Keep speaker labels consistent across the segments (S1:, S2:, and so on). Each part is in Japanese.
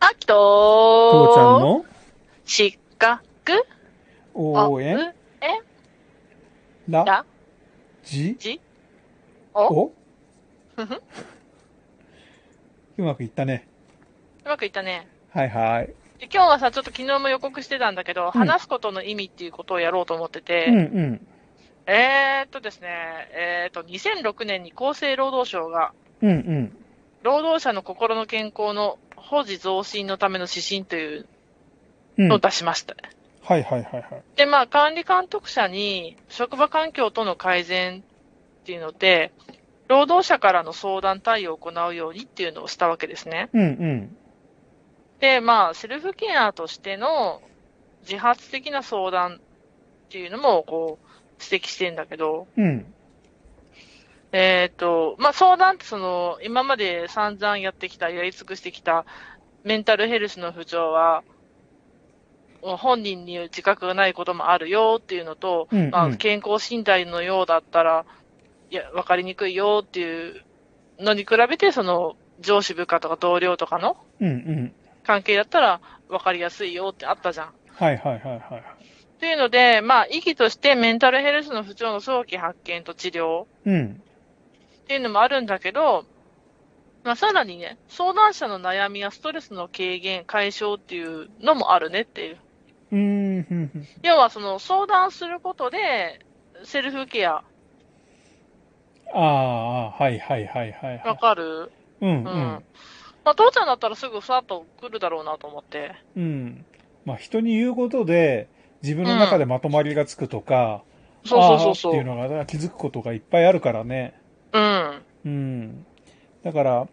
S1: あきと
S2: 父ちゃん
S1: ー
S2: の
S1: 失格
S2: 応援
S1: あえ
S2: ラ
S1: だ
S2: ジ
S1: じおうふ
S2: オ
S1: ふ
S2: うまくいったね。
S1: まくいったね。
S2: はいはい。
S1: で今日はさ、ちょっと昨日も予告してたんだけど、
S2: うん
S1: 話すことの意味っていうことをやろうと思ってて、
S2: うんうん。
S1: えーっとですね、えーっと、2006年に厚生労働省が、
S2: うんうん。
S1: 労働者の心の健康の保持増進のための指針という
S2: うん、
S1: のを
S2: はい
S1: 出しました。
S2: はいはいはい。
S1: で、まあ、管理監督者に職場環境との改善っていうので、労働者からの相談対応を行うようにっていうのをしたわけですね。
S2: うんうん。
S1: で、まあ、セルフケアとしての自発的な相談っていうのも、こう、指摘してんだけど、
S2: うん。
S1: えっ、と、まあ、相談ってその、今まで散々やってきた、やり尽くしてきたメンタルヘルスの不調は、本人に自覚がないこともあるよっていうのと、
S2: うんうん。
S1: まあ、健康診断のようだったら、いや、わかりにくいよっていうのに比べて、その、上司部下とか同僚とかの
S2: うんうん。
S1: 関係だったら、わかりやすいよってあったじゃん。
S2: はいはいはいはい。
S1: というので、まあ、意義としてメンタルヘルスの不調の早期発見と治療
S2: うん。
S1: っていうのもあるんだけど、まあ、さらにね、相談者の悩みやストレスの軽減、解消っていうのもあるねっていう。
S2: うーん。ふんふん
S1: 要は、その、相談することで、セルフケア、
S2: ああ、はいはいはいはいは
S1: わ
S2: い。
S1: かる
S2: う
S1: う
S2: んうんん。
S1: まあ、父ちゃんだったらすぐさっと来るだろうなと思って。
S2: うん。まあ人に言うことで、自分の中でまとまりがつくとか、
S1: そうそうそうそ
S2: あ
S1: う。
S2: ーっていうのが気づくことがいっぱいあるからね。
S1: うん。
S2: うん。だから、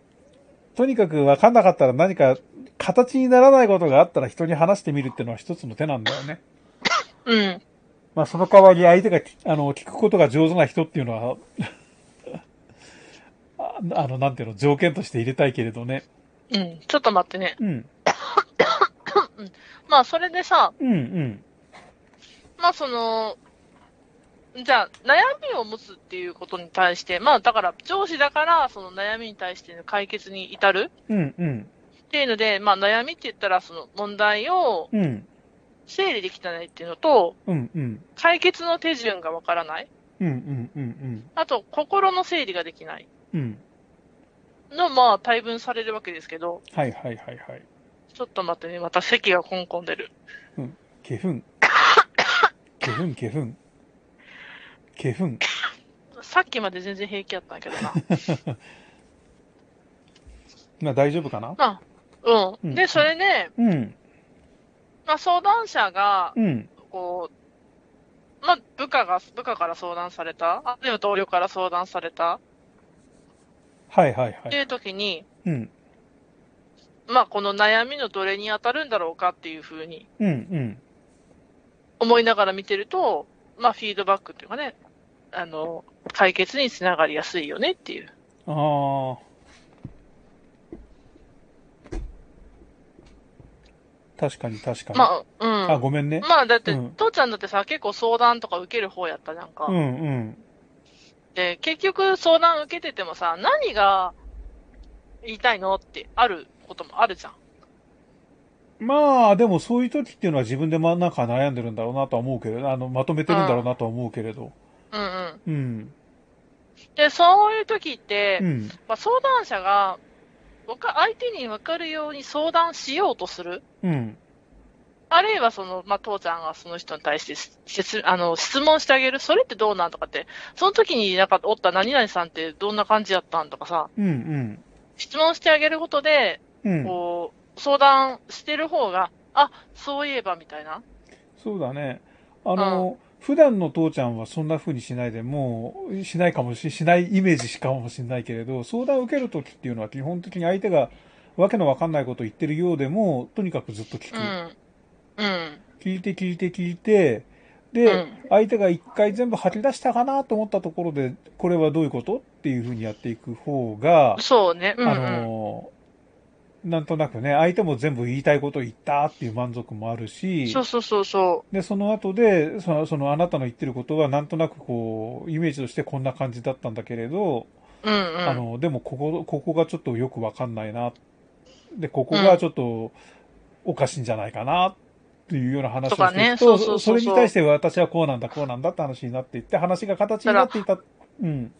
S2: とにかく分かんなかったら何か形にならないことがあったら人に話してみるっていうのは一つの手なんだよね。
S1: うん。
S2: まあその代わり相手がきあの聞くことが上手な人っていうのは、 ああの、なんていうの、条件として入れたいけれどね。
S1: うん。ちょっと待ってね。
S2: うん。
S1: まあ、それでさ、
S2: うんうん。
S1: まあ、その、じゃあ、悩みを持つっていうことに対して、まあ、だから、上司だから、その悩みに対しての解決に至る
S2: うんうん。
S1: っていうので、まあ、悩みって言ったら、その問題を
S2: うん。
S1: 整理できてないっていうのと、
S2: うんうん。
S1: 解決の手順がわからない。
S2: うんうんうん
S1: あと、心の整理ができない。
S2: うん。うん。
S1: の、まあ、大分されるわけですけど、
S2: はいはいはいはい。
S1: ちょっと待ってね、また席がコンコン出る。
S2: けふん。けふんけふん。けふん。
S1: さっきまで全然平気だったんだけどな。
S2: まあ大丈夫かな
S1: まあ、う
S2: うん
S1: ん。で、それで、
S2: うん。
S1: まあ、相談者が、
S2: うん。
S1: こう、まあ、部下が、部下から相談された、あるいは同僚から相談された
S2: はいはいは
S1: って
S2: い。
S1: いう時に、
S2: うん。
S1: まあ、この悩みのどれに当たるんだろうかっていうふうに
S2: うんうん。
S1: 思いながら見てると、まあ、フィードバックっていうかね、あの、解決につながりやすいよねっていう。
S2: ああ。確かに確かに。
S1: まあ、
S2: あ、
S1: うん。
S2: ごめんね。
S1: まあ、だって、
S2: うん
S1: 父ちゃんだってさ、結構相談とか受ける方やったじゃんか。
S2: うんうん。
S1: で、結局相談受けててもさ、何が言いたいのってあることもあるじゃん。
S2: まあ、でもそういう時っていうのは自分でまなんか悩んでるんだろうなとは思うけれど、あの、まとめてるんだろうなとは思うけれど。
S1: うんうん。
S2: うん。
S1: で、そういう時って、
S2: うん。
S1: まあ、相談者が、わか相手に分かるように相談しようとする。
S2: うん。
S1: あるいはその、まあ、父ちゃんがその人に対してし説あの質問してあげる。それってどうなんとかって。その時になんかおった何々さんってどんな感じだったんとかさ、
S2: うんうん。
S1: 質問してあげることで、
S2: うん。
S1: こう、相談してる方が、あ、そういえばみたいな。
S2: そうだね。あの、普段の父ちゃんはそんな風にしないで、もう、しないかもし、しないイメージしかもしれないけれど、相談を受ける時っていうのは基本的に相手がわけのわかんないことを言ってるようでも、とにかくずっと聞く。
S1: うん。うん。
S2: 聞いて聞いて聞いて、で、
S1: うん
S2: 相手が一回全部吐き出したかなと思ったところで、これはどういうことっていう風にやっていく方が、
S1: そうね。うん、うん。
S2: あの、なんとなくね、相手も全部言いたいことを言ったっていう満足もあるし、
S1: そうそうそうそ
S2: で、その後で、その、そのあなたの言ってることは、なんとなくこう、イメージとしてこんな感じだったんだけれど、
S1: う。うんうん。
S2: あの、でもここ、ここがちょっとよくわかんないな、で、ここがちょっとおかしいんじゃないかな、っていうような話を
S1: と
S2: し
S1: か
S2: てい
S1: ね
S2: くと、
S1: そうそうそうそう
S2: それに対して私はこうなんだ、こうなんだって話になっていって、話が形になっていた。うん。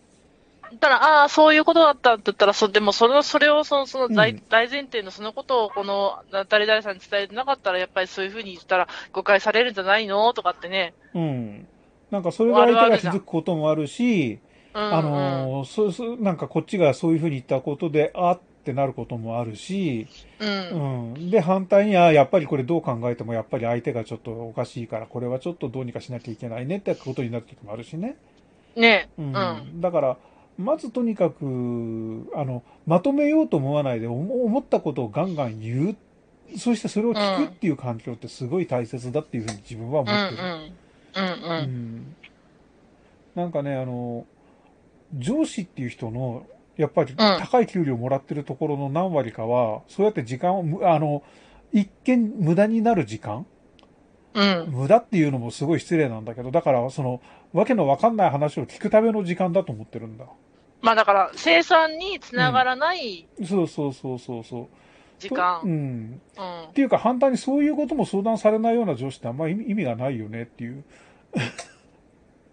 S1: たら、ああ、そういうことだったって言ったら、そでもそれを、それをその、その大,、
S2: うん
S1: 大前提のそのことを、この、誰々さんに伝えてなかったら、やっぱりそういうふうに言ったら、誤解されるんじゃないのとかってね。
S2: うん。なんかそれが相手が気づくこともあるし、
S1: うん、うん。
S2: あのー、そうそう、なんかこっちがそういうふうに言ったことで、あってなることもあるし、
S1: う。
S2: うんん。で、反対に、あやっぱりこれどう考えても、やっぱり相手がちょっとおかしいから、これはちょっとどうにかしなきゃいけないねってことになる時もあるしね。
S1: ね
S2: う。
S1: うんん
S2: だから、まずとにかく、あの、まとめようと思わないで、おも思ったことをガンガン言う。そしてそれを聞くっていう環境ってすごい大切だっていうふうに自分は
S1: うん
S2: 思
S1: う
S2: ってる。
S1: ん。うんう。
S2: うんんなんかね、あの、上司っていう人の、やっぱり高い給料もらってるところの何割かは、そうやって時間をむ、あの、一見無駄になる時間
S1: うん。
S2: 無駄っていうのもすごい失礼なんだけど、だからその、わけのわかんない話を聞くための時間だと思ってるんだ。
S1: まあだから、生産につながらない
S2: そうそうそうそうそう。
S1: 時間。
S2: とうん。
S1: うん
S2: っ。ていうか反対にそういうことも相談されないような上司ってあんまり意味意味がないよねっていう。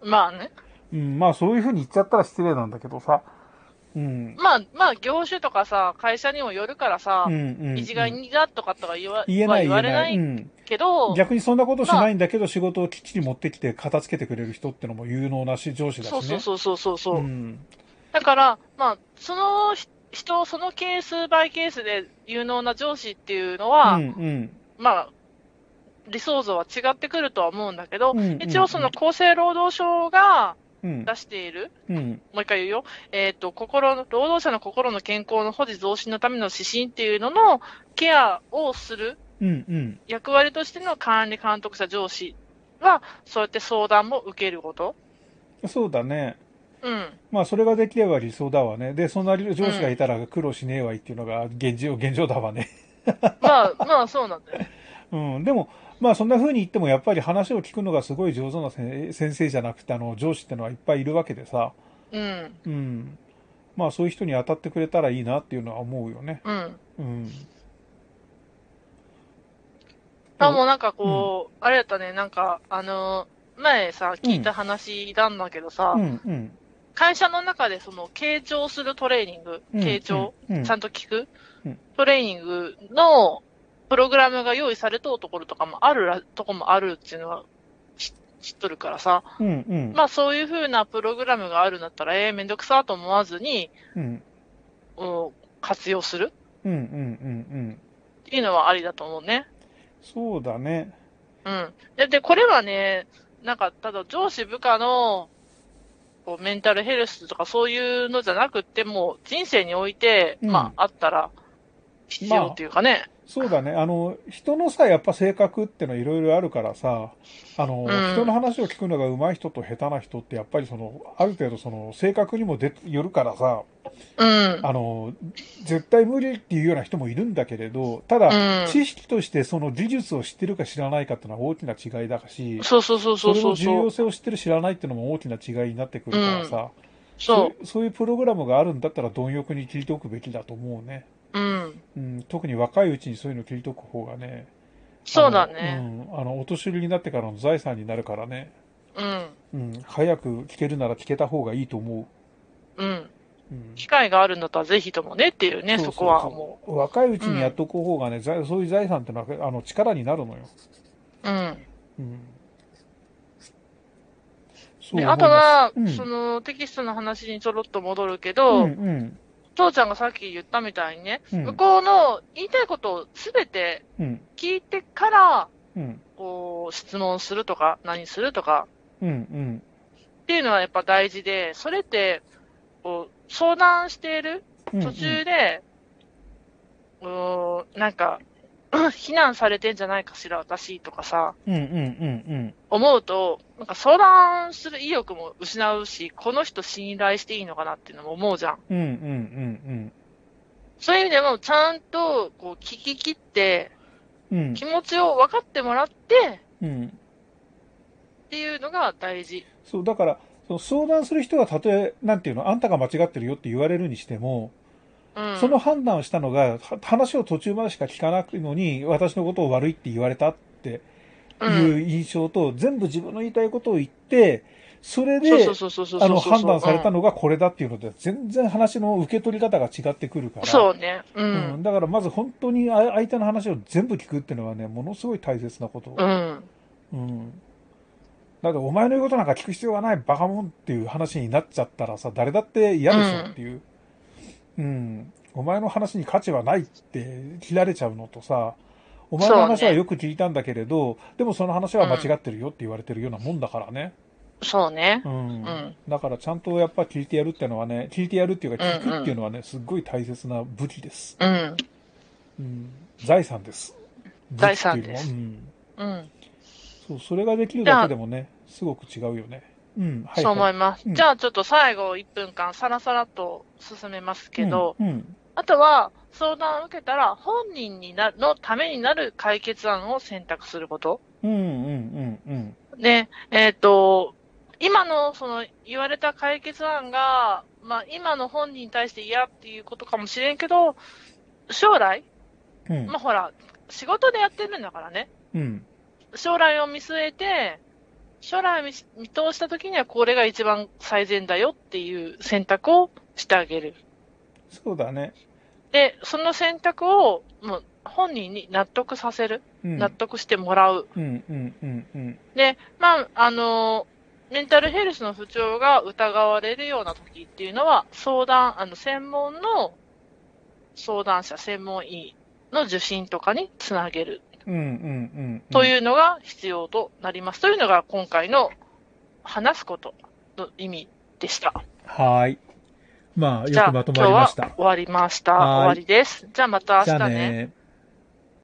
S1: まあね。
S2: うん、まあそういうふうに言っちゃったら失礼なんだけどさ。うん。
S1: まあ、まあ、業種とかさ、会社にもよるからさ、
S2: うんうんうん
S1: 一概にだとかとは言わ
S2: 言えない
S1: は言わ
S2: え
S1: れな
S2: う
S1: い
S2: ん、
S1: けど、
S2: 逆にそんなことしないんだけど仕事をきっちり持ってきて片付けてくれる人ってのも有能なし上司だし
S1: そ
S2: ね
S1: うそうそうそうそうそう。
S2: うん
S1: だから、まあ、その人、そのケースバイケースで有能な上司っていうのは、
S2: うん
S1: まあ、理想像は違ってくるとは思うんだけど、
S2: うんうんうん
S1: 一応その厚生労働省が
S2: うん
S1: 出している、
S2: うん
S1: もう一回言うよ、えっ、と、心の、労働者の心の健康の保持増進のための指針っていうののケアをする
S2: うんうん
S1: 役割としての管理監督者上司は、そうやって相談も受けること。
S2: そうだね
S1: うん。
S2: まあそれができれば理想だわねでそんな上司がいたら苦労しねえわいっていうのが現状現状だわね
S1: まあ、まあそうなんだよ。
S2: うんでもまあそんな風に言ってもやっぱり話を聞くのがすごい上手な先先生じゃなくてあの上司ってのはいっぱいいるわけでさ
S1: うん。
S2: うんまあそういう人に当たってくれたらいいなっていうのは思うよね
S1: うん。
S2: うん
S1: あ、もうなんかこう、あれやったね、なんか、あのー、前さ、聞いた話なんだけどさ、
S2: うんうん
S1: 会社の中でその、傾聴するトレーニング、
S2: うん
S1: 傾聴、
S2: うんうん
S1: ちゃんと聞く、
S2: うん
S1: トレーニングの、プログラムが用意されとうところとかもあるら、とこもあるっていうのは知、知っとるからさ、
S2: うんうん
S1: まあそういう風なプログラムがあるんだったら、ええめんどくさと思わずに、
S2: うん
S1: うん活用する
S2: うんうんうんうん
S1: っていうのはありだと思うね。
S2: そうだね
S1: うん。で、で、これはね、なんか、ただ上司部下の、こう、メンタルヘルスとかそういうのじゃなくって、もう人生において、
S2: うん
S1: まあ、あったら、必要っていうかね。
S2: そうだねあの人のさやっぱ性格ってのいろいろあるからさあ
S1: う
S2: の、
S1: ん
S2: 人の話を聞くのが上手い人と下手な人ってやっぱりそのある程度その性格にも出よるからさ
S1: うん。
S2: あの絶対無理っていうような人もいるんだけれどただ、
S1: うん
S2: 知識としてその技術を知ってるか知らないかってのは大きな違いだし
S1: そうそうそうそう
S2: れ
S1: そ
S2: の
S1: う
S2: 重
S1: そ
S2: 要
S1: う。
S2: 性を知ってる知らないってのも大きな違いになってくるからさ、
S1: そ
S2: そうそういうプログラムがあるんだったら貪欲に切りておくべきだと思うね、
S1: う。うん。
S2: うん、特に若いうちにそういうの切りとく方がね
S1: そうだね。
S2: あの,、うん、あのお年寄りになってからの財産になるからね、
S1: うん。
S2: うん、早く聞けるなら聞けた方がいいと思
S1: うん。
S2: う、うん、
S1: 機会があるんだったらぜひともねっていうね、
S2: う
S1: そうこはも
S2: う若いうちにやっとく方がね、財そういう財産ってのはあの力になるのよ、
S1: う。うん。
S2: うん、そ
S1: であとは、
S2: 思います
S1: その、テキストの話にちょろっと戻るけ
S2: うん
S1: ど、
S2: うんうん
S1: 父ちゃんがさっき言ったみたいにね、
S2: うん
S1: 向こうの言いたいことをすべて
S2: うん
S1: 聞いてから、
S2: うん
S1: こう、質問するとか、何するとか
S2: うんうん
S1: っていうのはやっぱ大事で、それって、こう、相談している
S2: うん
S1: 途中で、うーん、なんか、 避難されてんじゃないかしら、私とかさ、
S2: うんうんうん
S1: 思うと、なんか相談する意欲も失うし、この人信頼していいのかなっていうのも思うじゃん。
S2: うんうんうんうん
S1: そういう意味でも、ちゃんと、こう、聞き切って、
S2: うんうん
S1: 気持ちを分かってもらって、
S2: うん
S1: っていうのが大事。
S2: そう、だから、その相談する人はたとえ、なんていうの、あんたが間違ってるよって言われるにしても、
S1: うん。
S2: その判断をしたのが、は話を途中までしか聞かないのに、私のことを悪いって言われたって
S1: う
S2: い
S1: ん、
S2: う印象と、全部自分の言いたいことを言って、それで、
S1: そうそうそうそうそうそう。
S2: あの、判断された
S1: の、
S2: のがこれだっていうので、全然話の受け取り方が違ってくるから。
S1: そうね。う。
S2: うんだからまず本当にあ相手の話を全部聞くっていうのはね、ものすごい大切なこと。
S1: うん。
S2: うん。だってお前の言うことなんか聞く必要がないバカモンっていう話になっちゃったらさ、誰だって嫌でしょっていう。うん。お前の話に価値はないって切られちゃうのとさ、お前の話
S1: そう
S2: は
S1: ね
S2: よく聞いたんだけれど、でもその話は間違ってるよって言われてるようなもんだからね。
S1: そうね。
S2: うん。
S1: うん
S2: だからちゃんとやっぱ聞いてやるってのはね、聞いてやるっていうか聞
S1: うんう
S2: く
S1: ん
S2: っていうのはね、すっごい大切な武器です。
S1: うん。
S2: うん、財産です。
S1: 財産です
S2: 武器っていうの
S1: う
S2: は
S1: ん。
S2: うん。そう、それができるだけでもね、すごく違うよね。うん、はい、はい。
S1: そう思います。
S2: うん
S1: じゃあちょっと最後1分間さらさらと進めますけど、
S2: うん、うん
S1: あとは相談を受けたら本人になのためになる解決案を選択すること。
S2: うん、うん、うん、うん。
S1: ね、えっ、と、今のその言われた解決案が、まあ今の本人に対して嫌っていうことかもしれんけど、将来、
S2: うん
S1: まあほら、仕事でやってるんだからね、
S2: うん、
S1: 将来を見据えて、将来を見し見通した時にはこれが一番最善だよっていう選択をしてあげる。
S2: そうだね。
S1: で、その選択をもう本人に納得させる。
S2: うん、
S1: 納得してもらう。
S2: うん、うん、うん、うん。
S1: で、まあ、あの、メンタルヘルスの不調が疑われるような時っていうのは、相談、あの、専門の相談者、専門医の受診とかにつなげる
S2: うん、うん、うん。
S1: と
S2: うん。
S1: いうのが必要となります。というのが今回の話すことの意味でした。
S2: はーい。まあ、
S1: じ
S2: よ
S1: ゃあ
S2: くまと
S1: 今日
S2: まりま
S1: は
S2: した。
S1: 終わりました。
S2: はーい
S1: 終わりです。じゃあまた
S2: じゃ
S1: 明
S2: あ
S1: 日ね。
S2: ね。